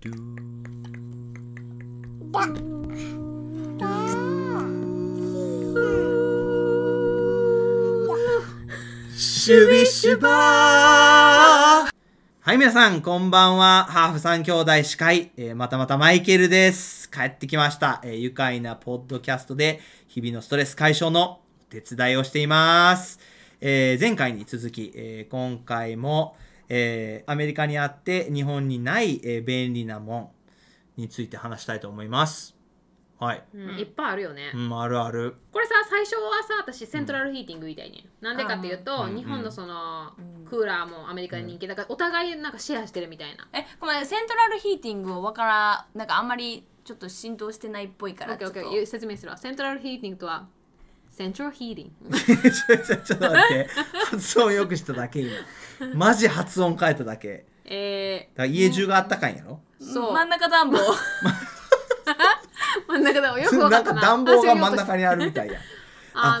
ドゥばシュビシュバーはい、皆さん、こんばんは。ハーフ三兄弟司会、えーまたまたマイケルです。帰ってきました。えー愉快なポッドキャストで、日々のストレス解消のお手伝いをしています。えー前回に続き、えー今回も、えーアメリカにあって日本にない、えー便利なもんについて話したいと思います。はい。うん、いっぱいあるよね、うん、あるある。これさ最初はさ私セントラルヒーティング言いたいね、ん、なんでかっていうと、うん日本のその、うんクーラーもアメリカで人気だからお互いなんかシェアしてるみたいな、えごめんセントラルヒーティングをわからなんかあんまりちょっと浸透してないっぽいからオッケちょーオっッケとー言う説明するわセントラルヒーティングとはセントラルヒーティングちょちょちょっと待って発音よくしただけ今マジ発音変えただけえだから家中があったかいんやろ、ー、そう真ん中暖房真ん中だよくわかなっんたかな暖房が真んあ中にあるみたいやあ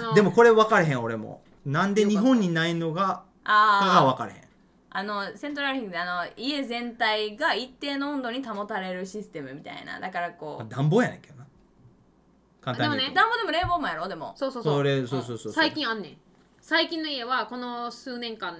あのでもこれ分かれへん俺もなんで日本にないのがかが あ分かれへんああのセントラルヒーティングであの家全体が一定の温度に保たれるシステムみたいなだからこまあう暖房やねんけどな簡単に言うとで暖房でも冷房もやろでもそうそうそうそれそうそうそうそう最近あんねん最近の家はこの数年間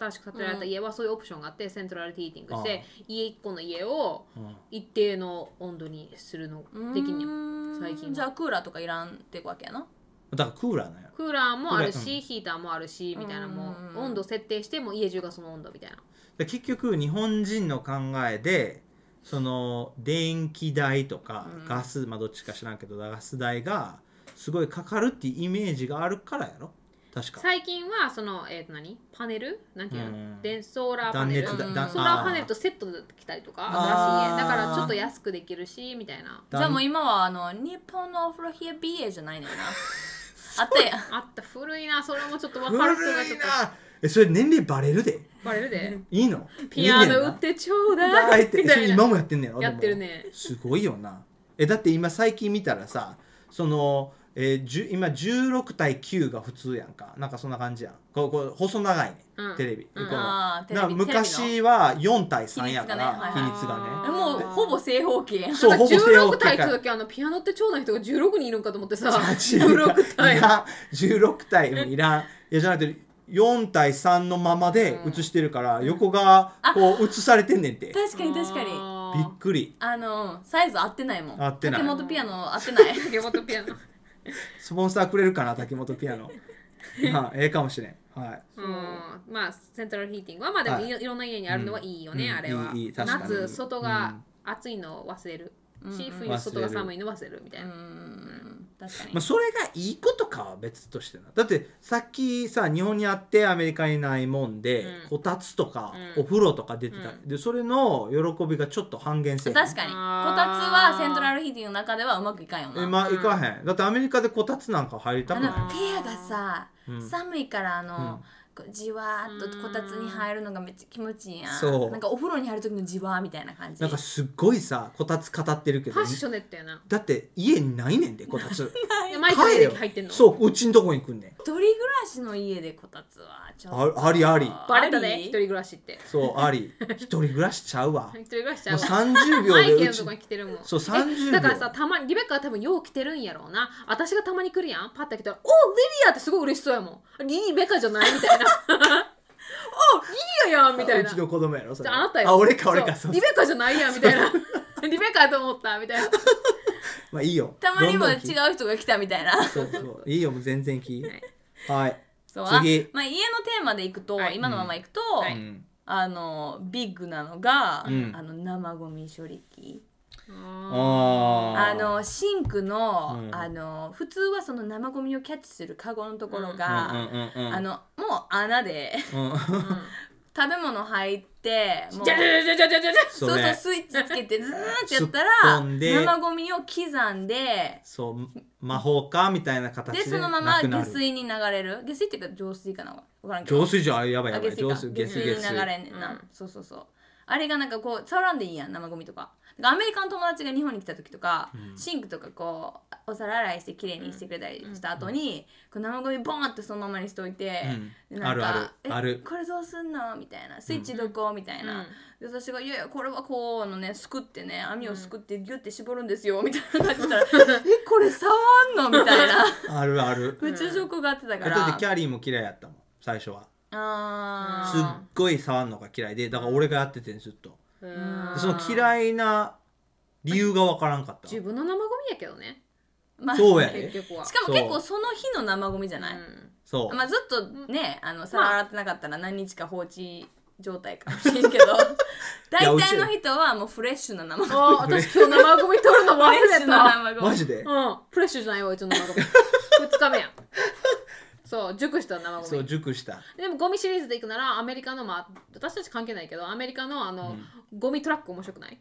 新しく建てられた家はそういうオプションがあって、セントラルヒーティングして家一個の家をうん一定の温度にするのできんねんうーん最近はじゃあクーラーとかいらんってわけやなだからクーラーなんやろクーラーもあクるーラーしヒーターもあるしみたいなもうんう温度設定しても家中がその温度みたいなで結局日本人の考えでその電気代とかうんガス、まあどっちか知らんけどガス代がすごいかかるっていうイメージがあるからやろ確か最近はそのえっ、と何パネルなんていううのん電ソーラーパネル断ソ熱だーだラーパネルとセットで来たりとかあー新しい家だからちょっと安くできるしみたいなじゃあもうい今はあの日本のお風呂冷え BA じゃないのよ なあったやんあった古いなそれもちょっと分古かる人がちょいっなとえそれ年齢バレるでバレるでいいのピアノいいねん売なってちょうバだーいっみてたそれい今なもやってんねやろやってるでもねすごいよなえだって今最近見たらさその、えー、じゅ今16対9が普通やんかなんかそんな感じやんこうこう細長いね、うんテレビ、うんこのあーテだレからビ昔は4対3やから比比率率ががねねはいはいえもうあーほぼ正方 形 そうなんかほぼ正方16形対か1だけあのピアノって長男の人が16人いるんかと思ってさ16 16対いらん16対もいらんいやじゃなくて4対3のままで映してるから、横がこう映されてんねんてび確かに確かにっくりあのサイズ合ってないもん合ってない竹本ピアノ合ってない竹本ピアノスポンサーくれるかな竹本ピアノまあええかもしれんはいうん、まあセントラルヒーティングはまあでもいろ,、い、ろんな家にあるのはいいよね、うんあれは、いいいい確かに夏外が暑いのを忘れる、うしんうん冬外が寒いの忘れるみたういーな、ん確かに、まあ、それがいいことかは別としてなだってさっきさ日本にあってアメリカにないもんで、うんこたつとか、うんお風呂とか出てた、でそれの喜びがちょっと半減せえへん確かにこたつあーはセントララルヒーティングの中ではうまくいかんよなえまあ、いかへんだってアメリカでこたつなんか入りたあくのな部屋がさ、い、うん寒いからあの、うんこうじわーっとこたつに入るのがめっちゃ気持ちいいやんそうなんかお風呂に入る時のじわーみたいな感じなんかすっごいさこたつ語ってるけフどァッショネットやなだって家にないねんでこたつでマイク帰れでよ入ってんのそううちんとこに来んねん一人暮らしの家でこたつはちょっとあありありバレたであり一人暮らしってそうあり一人暮らしちゃうわ一人暮らしちゃもううわ30秒マイでうケルのとちこに来てるもんそうえ30秒だからさたまにリベッカは多分よう来てるんやろうな私がたまに来るやんパッて来たら「おリリア!」ってすごい嬉しそうやもんリベカじゃないみたいな 「おリリアやん!」みたいうなちの子供やろそれあなたよ。あ俺か俺かそそううリベカじゃないやんみたいな。リベカやと思ったみ たいな。まあいいよたまにもどん違どん聞いう人が来たみたいなそうそういいよもう全然聞いはいはい、そうあ次まあ、家のテーマでいくと、はい今のままいくと、はういんあのビッグなのが、うんあの生ゴミ処理機ああのシンクの,、うんあの普通はその生ゴミをキャッチするカゴのところあが、うんうんうんあのもう穴で うんうん食べ物入ってもうじゃじゃじゃじゃじゃじゃじゃ。そうそそうれスイッチつけてズーってやった突っら込んで生ゴミを刻んでそう魔法かみたいな形ででそのままなくな下る水に流れる下水っていうか浄水かなわからんけど浄水じゃあやばいやあばい下浄水水か下下水水下に流水れんねんな、うんそうそうそうあれがなんかこう触らんでいいやん生ゴミとかだからアメリカの友達が日本に来た時とか、うんシンクとかこうお皿洗いしてきれいにしてくれたりした後に、こう生ゴミボーンってそのままにしておいて、うんでなんかあるあるえあるこれどうすんのみたいなスイッチどこ、みたいな、で私が「いやいやこれはこうのねすくってね網をすくってギュッて絞るんですよ」みたいな感じだったら「 えこれ触んの?」みたい なあるある宇宙食があってたかだっらてキャリーも嫌いやったもん最初はあすっごい触んのが嫌いでだから俺がやっててんずっとうんでその嫌いな理由がわからんかった自分の生ゴミやけどねー、まあ、そうや結で局はしかもそう結構その日の生ゴミじゃない、うんそうまあ、ずっとねあの皿洗ってなかったら何日か放置状態かもしれんけ どや大うち体の人はもうフレッシュな生ゴミあー私今日生ゴミ取るの忘フレッシ れュなた生ゴマミジでうんフレッシュじゃないわうちの 生ゴミ2日目やそう熟した生ゴそうミ熟したでもゴミシリーズでいくならアメリカのまあ私たち関係ないけどアメリカのあの、ゴミトラック面白くない、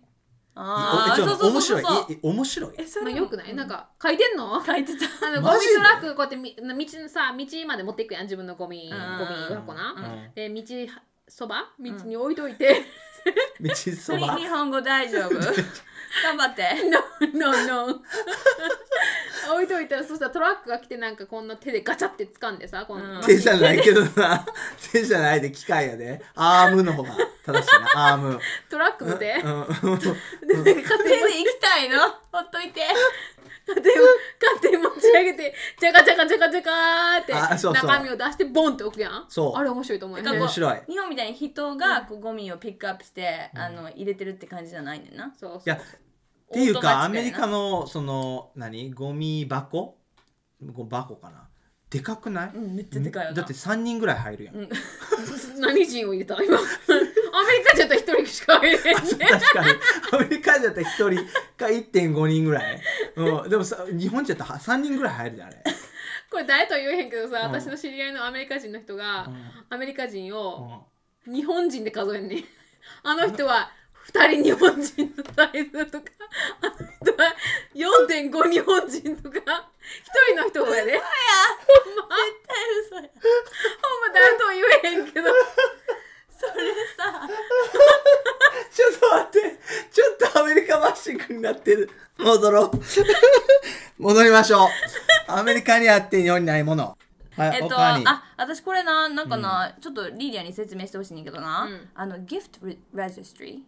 あえあちそょうっとそうそ面うそ白ういええ面白いえそまあ、れよくない、なんか書いてんの書いてたあのゴミマジでトラックこうやってみ道のさ道まで持っていくやん自分のゴミゴミ箱うな、うで道そば道に置いといて、 ん道そば 日本語大丈 夫頑張ってノンノンノン 置いといたらそしたらトラックが来てなんかこんな手でガチャって掴んでさこうの、ん手じゃないけどな手じゃないで機械やでアームの方が正しいなア ームトラックの手、うんうん でなんか勝手手にで行きたいのほっといて勝手に勝手に持ち上げてジャカジャカジャカジャカあーそっうてそう中身を出してボンって置くやんそうあれ面白いと思うよてかこ面うね白い日本みたいに人がこうゴミをピックアップして、あの入れてるって感じじゃないねんなそうそういやっていうかアメリカのその何ゴミ箱ゴミ箱かなでかくない、うんめっちゃでかいよなだって3人ぐらい入るやん、うん何人を入れた今 アメリカじゃったら一人しか入れへ ん確ねかにアメリカじゃったら1人か1.5人ぐらい、うん、でもさ日本じゃったら3人ぐらい入るであれ、これ誰とは言えへんけどさ、うん私の知り合いのアメリカ人の人が、アメリカ人うんをうん日本人で数えんねん あの人は2人日本人のサイズとかあの人は4.5日本人とか1人の人をやで、ね、それほんま誰とは言えへ んけどさちょっと待って、ちょっとアメリカバッシングになってる。戻ろう。 戻りましょう。アメリカにあって日本にないもの。は い、えっと他に。あ私これななんかな、ちょっとリリアに説明してほしいねんだけどな、うんあのギフトレジストリ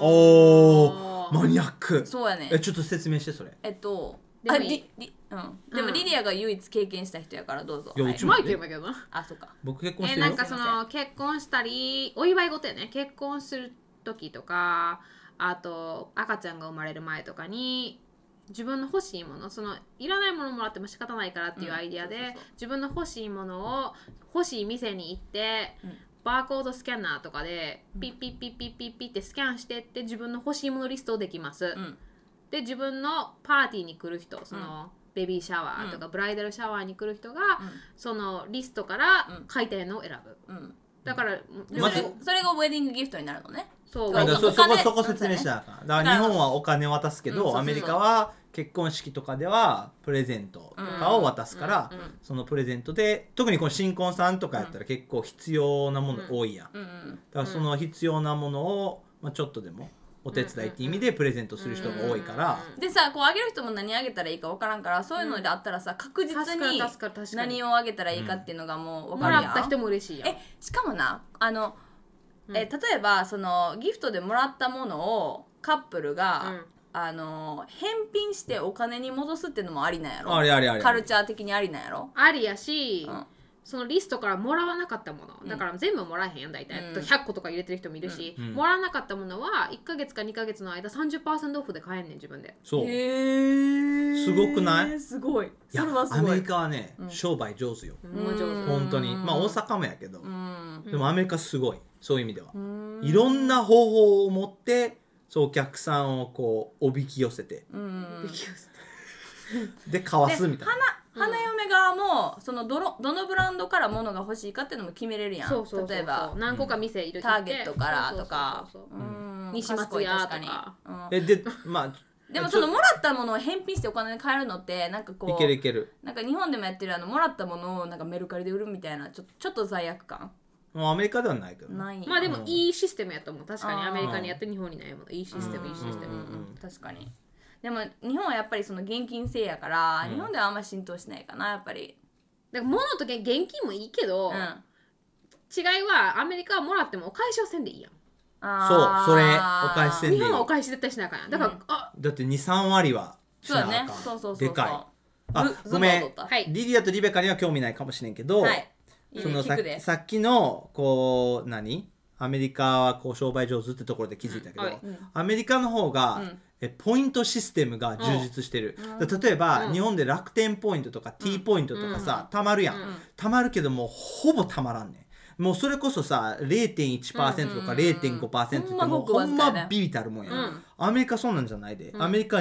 おー、ーマニアックー。そうやねえ、ちょっと説明して、それ。えっとでもあいいりりうん、んでもリリアが唯一経験した人やからどうぞいやはいうちもマイケルもやけどなあそっか僕結婚しえてーるよなん。かその結婚したりお祝い事やね結婚する時とかあと赤ちゃんが生まれる前とかに自分の欲しいものそのいらないものもらっても仕方ないからっていうアイディアで、うんそうそうそ自分の欲しいものを欲しい店に行って、うんバーコードスキャンナーとかでピッピッピッピッピッピッってスキャンしてって自分の欲しいものリストをできます、うんで自分のパーティーに来る人その、ベビーシャワーとかブライダルシャワーに来る人が、そのリストからうん買いたいのを選ぶ、うんうんだから、でまそずれそれがウェディングギフトになるのねそう、だからそおそこ金そこ説明しなあかん。だから日本はお金渡すけうんそうど、そうアメリカは結婚式とかではプレゼントとかを渡すからうん、そのプレゼントで、特にこの新婚さんとかやったら結構必要なもの多いやん。うんうんだからその必要なものを、まあ、ちょっとでもお手伝いっていう意味でプレゼントする人が多いから、でさこうあげる人も何あげたらいいか分からんからそういうのであったらさ確実確かにに確かに確かに何をあげたらいいかっていうのがもう分もからるやったん人も嬉しいやんえしかもなあの、うんえ例えばそのギフトでもらったものをカップルが、うんあの返品してお金に戻すっていうのもありなんやろあれあれあれカルチャー的にありなんやろありやし、うんそのリストからもらわなかったもの、うんだから全部もらえへんやん大体、うん100個とか入れてる人もいるし、うんうんもらわなかったものは1か月か2か月の間30%オフで買えんねん自分でそう、へすごくないすごいいやそれはすアごメリいカはね、うん商売上手よほんま上手うん本当にまあ大阪もやけど、うんでもアメリカすごいそういう意味ではう、んいろんな方法を持ってそうお客さんをこうおびき寄せてうんでかわすみたいな花嫁側もそのどのどのブランドから物が欲しいかっていうのも決めれるやんそうそうそうそう例えば何個か店入れてターゲットからとかそうそうそうそううん西松屋とか賢い確かにえでまあうんでもそのもらったものを返品してお金に換えるのってなんかちょいこけるいうけるなんか日本でもやってるあのもらったものをなんかメルカリで売るみたいなちょちょっと罪悪感もうアメリカではないけどないまあでもうんいいシステムやと思う確かにあーアメリカにやって日本にないものいいシステムいいシステうんムうん確かにでも日本はやっぱりその現金制やから、うん日本ではあんま浸透しないかなやっぱりだから物と現金もいいけど、うん違いはアメリカはもらってもお返しはせんでいいやんあーそうそれお返しせんでいい日本はお返し絶対しなあかんやんだから、うんあだって23割はしそうだなあかんねそうそうそうそうでかいあずごめずっんと踊ったはいリリアとリベカには興味ないかもしれんけど、はいいいそのねさ聞くでさっきのこう何アメリカはこう商売上手ってところで気づいたけど、うんはいうんアメリカの方が、うんえポイントシステムが充実してる、うんだ例えば、うん日本で楽天ポイントとか T ポイントとかさ、たまるやん、うんたまるけどもうほぼたまらんねんもうそれこそさ0.1%とかうんうん0.5%ってほんまもごうくほわずんかやねまビビたるもんや、うんアメリカそうなんじゃないで、アメリカ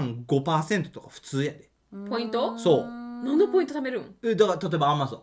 235%とか普通やでポポイントそう何のポイント貯めるんえだから例えばアマゾン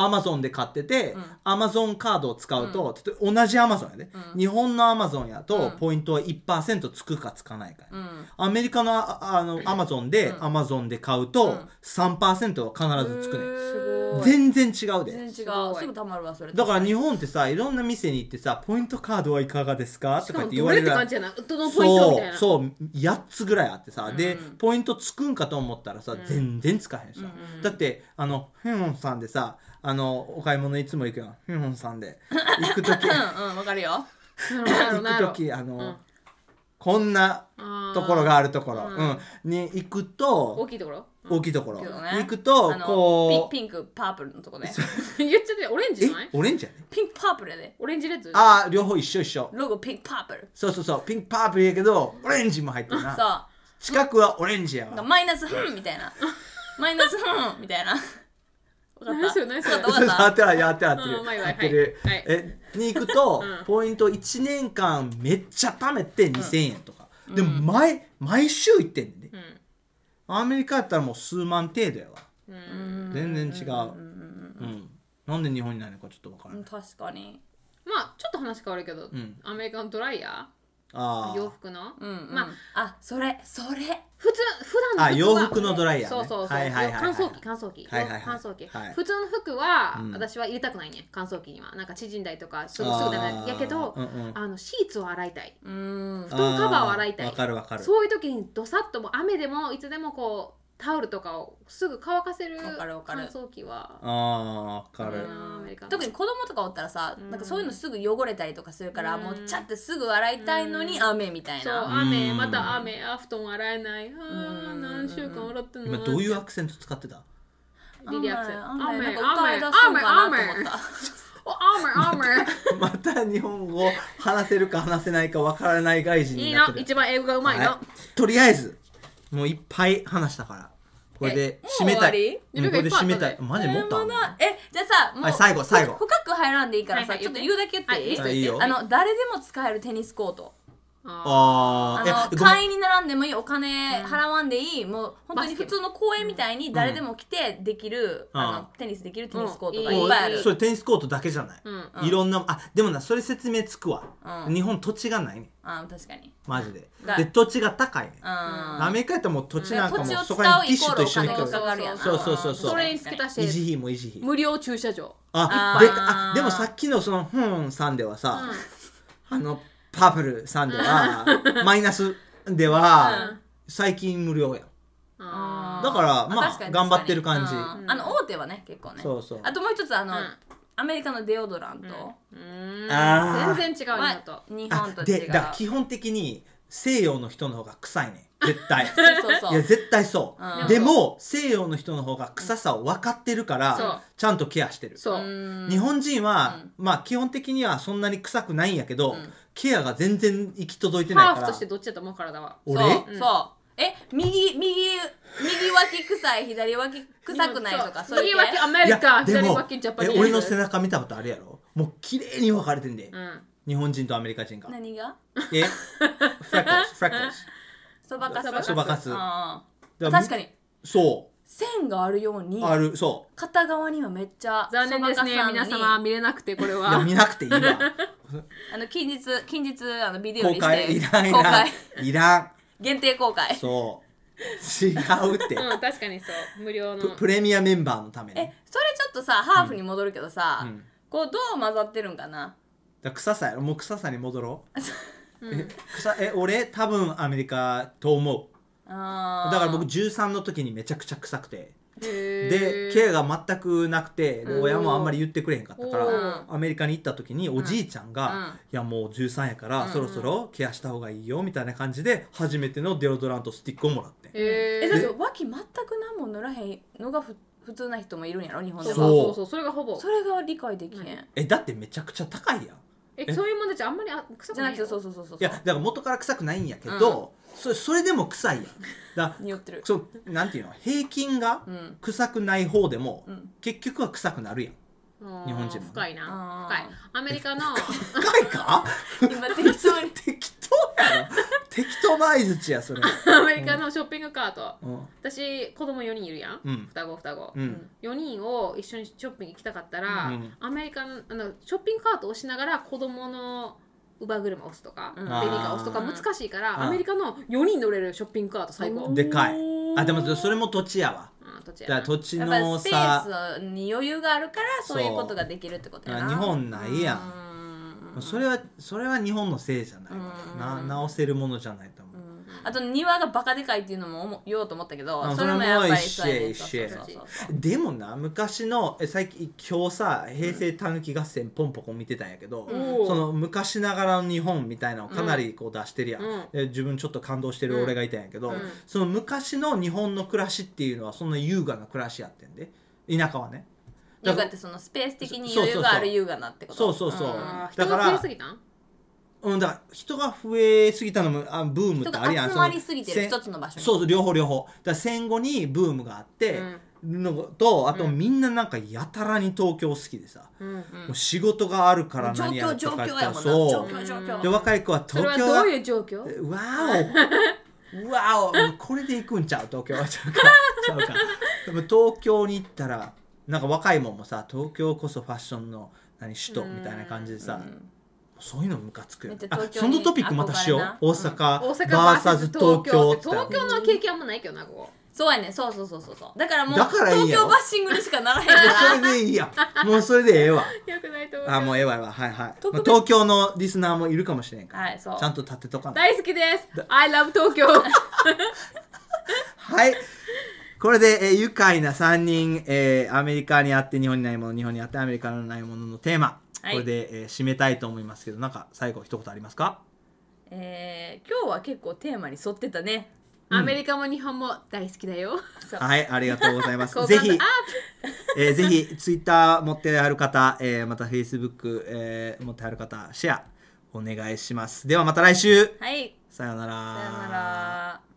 アマゾンで買ってて、うんアマゾンカードを使うと、例えば同じアマゾンやで、うん日本のアマゾンやと、うんポイントは1%つくかつかないかや、うんアメリカのああのアマゾンで、うんアマゾンで買ううとん3%は必ずつくすね、へごーい全然違うで全然違うすごいすぐたまるわそれだから日本本ってさいろんな店に行ってさ「ポイントカードはいかがですか?」しとかかっもて言どわれれるやってん感じやなどのポイントみたいなうそうそう8つぐらいあってさ、でうんポイントつくんかと思ったらさ、全然つかへんしさ、うんうんだってあのフェンホンさんでさあのお買い物いつも行くやんフェンホンさんで行く時うんうんわかるよ行く時あの、こんなところがあるところ、ううんんに行く大ときいところ 大きいところ、けどね行くとあのこうピンピンクパープルのと こね言っちゃってオレンジえじゃないオレンジやねピンクパープルやでオレンジレッドああ両方一緒一緒ロゴピンクパープルそうそうそうピンクパープルやけどオレンジも入ってる そうな近くはオレンジやなんかわマイナスうんみたいな マイナスうんみたいなわか 何っそれた何それわかった そわうそうか合っってる合ってる合ってうんうまいるわ合ってるはいはいえに行くと うんポイント1年間めっちゃ貯めて2000円とかでも毎毎週行ってんねんねうんアメリカやったらもう数万程度やわうたうんん全然違ううんうんうんなんで日本にないのかちょっとわからうなんい確かにまあちょっと話変わるけど、んアメリカのドライヤあー洋服の、うんうんまああそれそれ普通普段の服はあ洋服のドライヤーねそうそうそう、はいはいはいはい乾燥機乾燥機、はいはいはい乾燥機、はい普通の服は、うん私は入れたくないね乾燥機にはなんか縮んだりとかすぐあーすぐだねやけど、うんうんあのシーツを洗いたいうん布団カバーを洗いたいあーわかるわかるそういう時にどさっともう雨でもいつでもこうタオルとかをすぐ乾かせるわかるわか乾る燥機はあーわかうるんアメリカの特に子供とかおったらさ、うんなんかそういうのすぐ汚れたりとかするから、うんもうちゃってすぐ洗いたいのに雨みたいそうな、雨うんまた雨あ布団洗えないあーうん何週間洗ってんの今どういうアクセント使ってた リリアクセン雨雨雨雨なんか歌い雨出雨そうかなと思っ雨たお雨雨また日本語話せるか話せないかわからない外 人いにいなってのる一番英語がうまいの、はいとりあえずもういっぱい話したからこれで締めたいえもうんう終わりこれで締めたいいろマジでもっとあんのなえじゃあさもう、はい最後最後ふ深く入らんでいいからさ、はいはいちょっと言うだけ言っていい,、はいいいよあの誰でも使えるテニスコートあああーえのごめん会員に並んでもいいお金払わんでいい、もう本当に普通の公園みたいに誰でも来てできる、うんあのテニスできるテニスコートがうんいっぱいある、それテニスコートだけじゃない、うんうんいろんなあでもなそれ説明つくわ、うん日本土地がないねあ確かにマジでだで土地が高いね、うんアメリカやったらもう土地なんかもう土地をそ使こにうティッイコシューとルお金が一緒に来るかかるやんなそうそうそうそうそれに付け足維して持費も維持費無料駐車場ああーであでもさっきのそのフンさんではうさん、あのパープルさん では、マイナスでは、最近無料やんあだからまあ確に頑張ってる感じ確かにうんあの大手はね結構ねそうそうあともう一つあの、うんアメリカのデオドラント、ーうんあー全然違うのとは日あ本と違でうだから基本的に西洋の人の方が臭い ね絶対そうそういそやう絶対そう、うんでも西洋の人の方が臭さを分かってるかそうらちゃんとケアしてるそううーん日本人は、まあ基本的にはそんなに臭くないんやけど、んケアが全然行き届いてなハいーかフとらしてどっちだと思う体は俺そう,、うんそうえ右右右脇臭い左脇臭くないとかそういう右系脇アメいリやカで左も脇ジャパえニーズ俺の背中見たことあるやろもう綺麗に分かれてんで、うん日本人とアメリカ人が何が えフレックスフレックスそばかすそばかすあだーら確かにそ線があるようにうあるそう片側にはめっちゃ残念ですねそばかすなの皆に様見れなくてこれいやは見なくていいわあの近日近日あのビデオに公して開いらんい公ら開んいらん限定公開そう違うってうん確かにそう無料のププレミアメンバーのためにえそれちょっとさハーフに戻るけどさ、うんこうどう混ざってるんかなだ臭さやろもう臭さに戻ろうう、んえ臭え俺多分アメリカと思うあーだから僕13の時にめちゃくちゃ臭くてへでー K が全くなくてでうん親もあんまり言ってくれへんかったかおらーアメリカに行った時におじいちゃんが、うんいやもう13やかうらんそろそろケアした方がいいよみたいな感じで初めてのデオドラントスティックをもらってへーえだって脇全く何も塗らへんのがふ普通な人もいるんやろ日本そでうそうもそうそうそれがほぼそれが理解できへん、うんえだってめちゃくちゃ高いやんいええそういうもんだちあんまりあ臭くじゃなないくよてそうそうそうそうそうやだから元から臭くないんやけど、それそれでも臭いやんだ匂ってるそうなんていうの平均がうん臭くない方でもうん結局は臭くなるやんうん日本人も深いなあー深いアメリ カの高いか 今適当に適当やろ適当な相づちやそれアメリカのショッピングカートうん私子供4人いるやんうん双子双子、うん4人を一緒にショッピング行きたかったら、うんアメリカのあのショッピングカートを押しながら子供の乳母車を押すとか、うんベビーカーを押すとかあー難しいから、うんアメリカの4人乗れるショッピングカート最高、でかいあでもそれもも土地やわうん、土地だかやなら土地やっぱのスペーさスに余裕があるからそういうことができるってことやだかなら日本ないやんんまあそれはそれは日本のせいじゃないからうなん直せるものじゃないと思うう、んあと庭がバカでかいっていうのも思言おうと思ったけどあそれもやっぱりそそうれやもね一緒やそう一緒そうでもな昔のえ最近今日さ平成たぬき合戦ポンポコ見てたんやけど、うんその昔ながらの日本みたいなのをかなりこう出してるやん、うんで自分ちょっと感動してる俺がいたんやけど、うんうんその昔の日本の暮らしっていうのはそんな優雅な暮らしやってんで田舎はね優だか雅らってそのスペース的にそう余裕そうそうがある優雅なってことそうそうそうんあーだ人かがら増えすぎたんうんだから人が増えすぎたのもあブームっ人てあるがやん集そのまりすぎてるせん一つの場所にそうそう両方両方だから戦後にブームがあって、のとあとみんななんかやたらに東京好きでさ、うんうんもう仕事があるから状何や況る状とか況言ったやもらんな状そう況状うん況で若い子はそれは東京どだういう状況えわおう わおもうこれで行くんちゃう東京はちゃうかちゃうかでも東京に行ったらなんか若いもんもさ東京こそファッションの何首都みたいな感じでさ、うんそういうのムカつくよねめっちゃあ東京そにのトピックまたし憧よれなう大阪、大阪バーバーササスス東東京京っってて言ったら東京の経験あんまないけどなここそうやねそうそうそうそうそうだからもうだからいい東やろ京バッシングにしかならへん からそれでいいやもうそれでええわよくないとあも思ううええわええわはいはい、特まあ別東京のリスナーもいるかもしれんから、はいそうちゃんと立てとかない大好きです I love 東京はいこれで、えー愉快な3人、えーアメリカにあって日本にないもの日本にあってアメリカのないもののテーマ、はいこれで、えー締めたいと思いますけどなんか最後一言ありますかえー今日は結構テーマに沿ってたねアメリカも日本も大好きだよはいありがとうございます 好ぜ感度ひアップえーぜひツイッター持ってある方、えーまた Facebook、えー持ってある方シェアお願いしますではまた来週はいさようならさよなら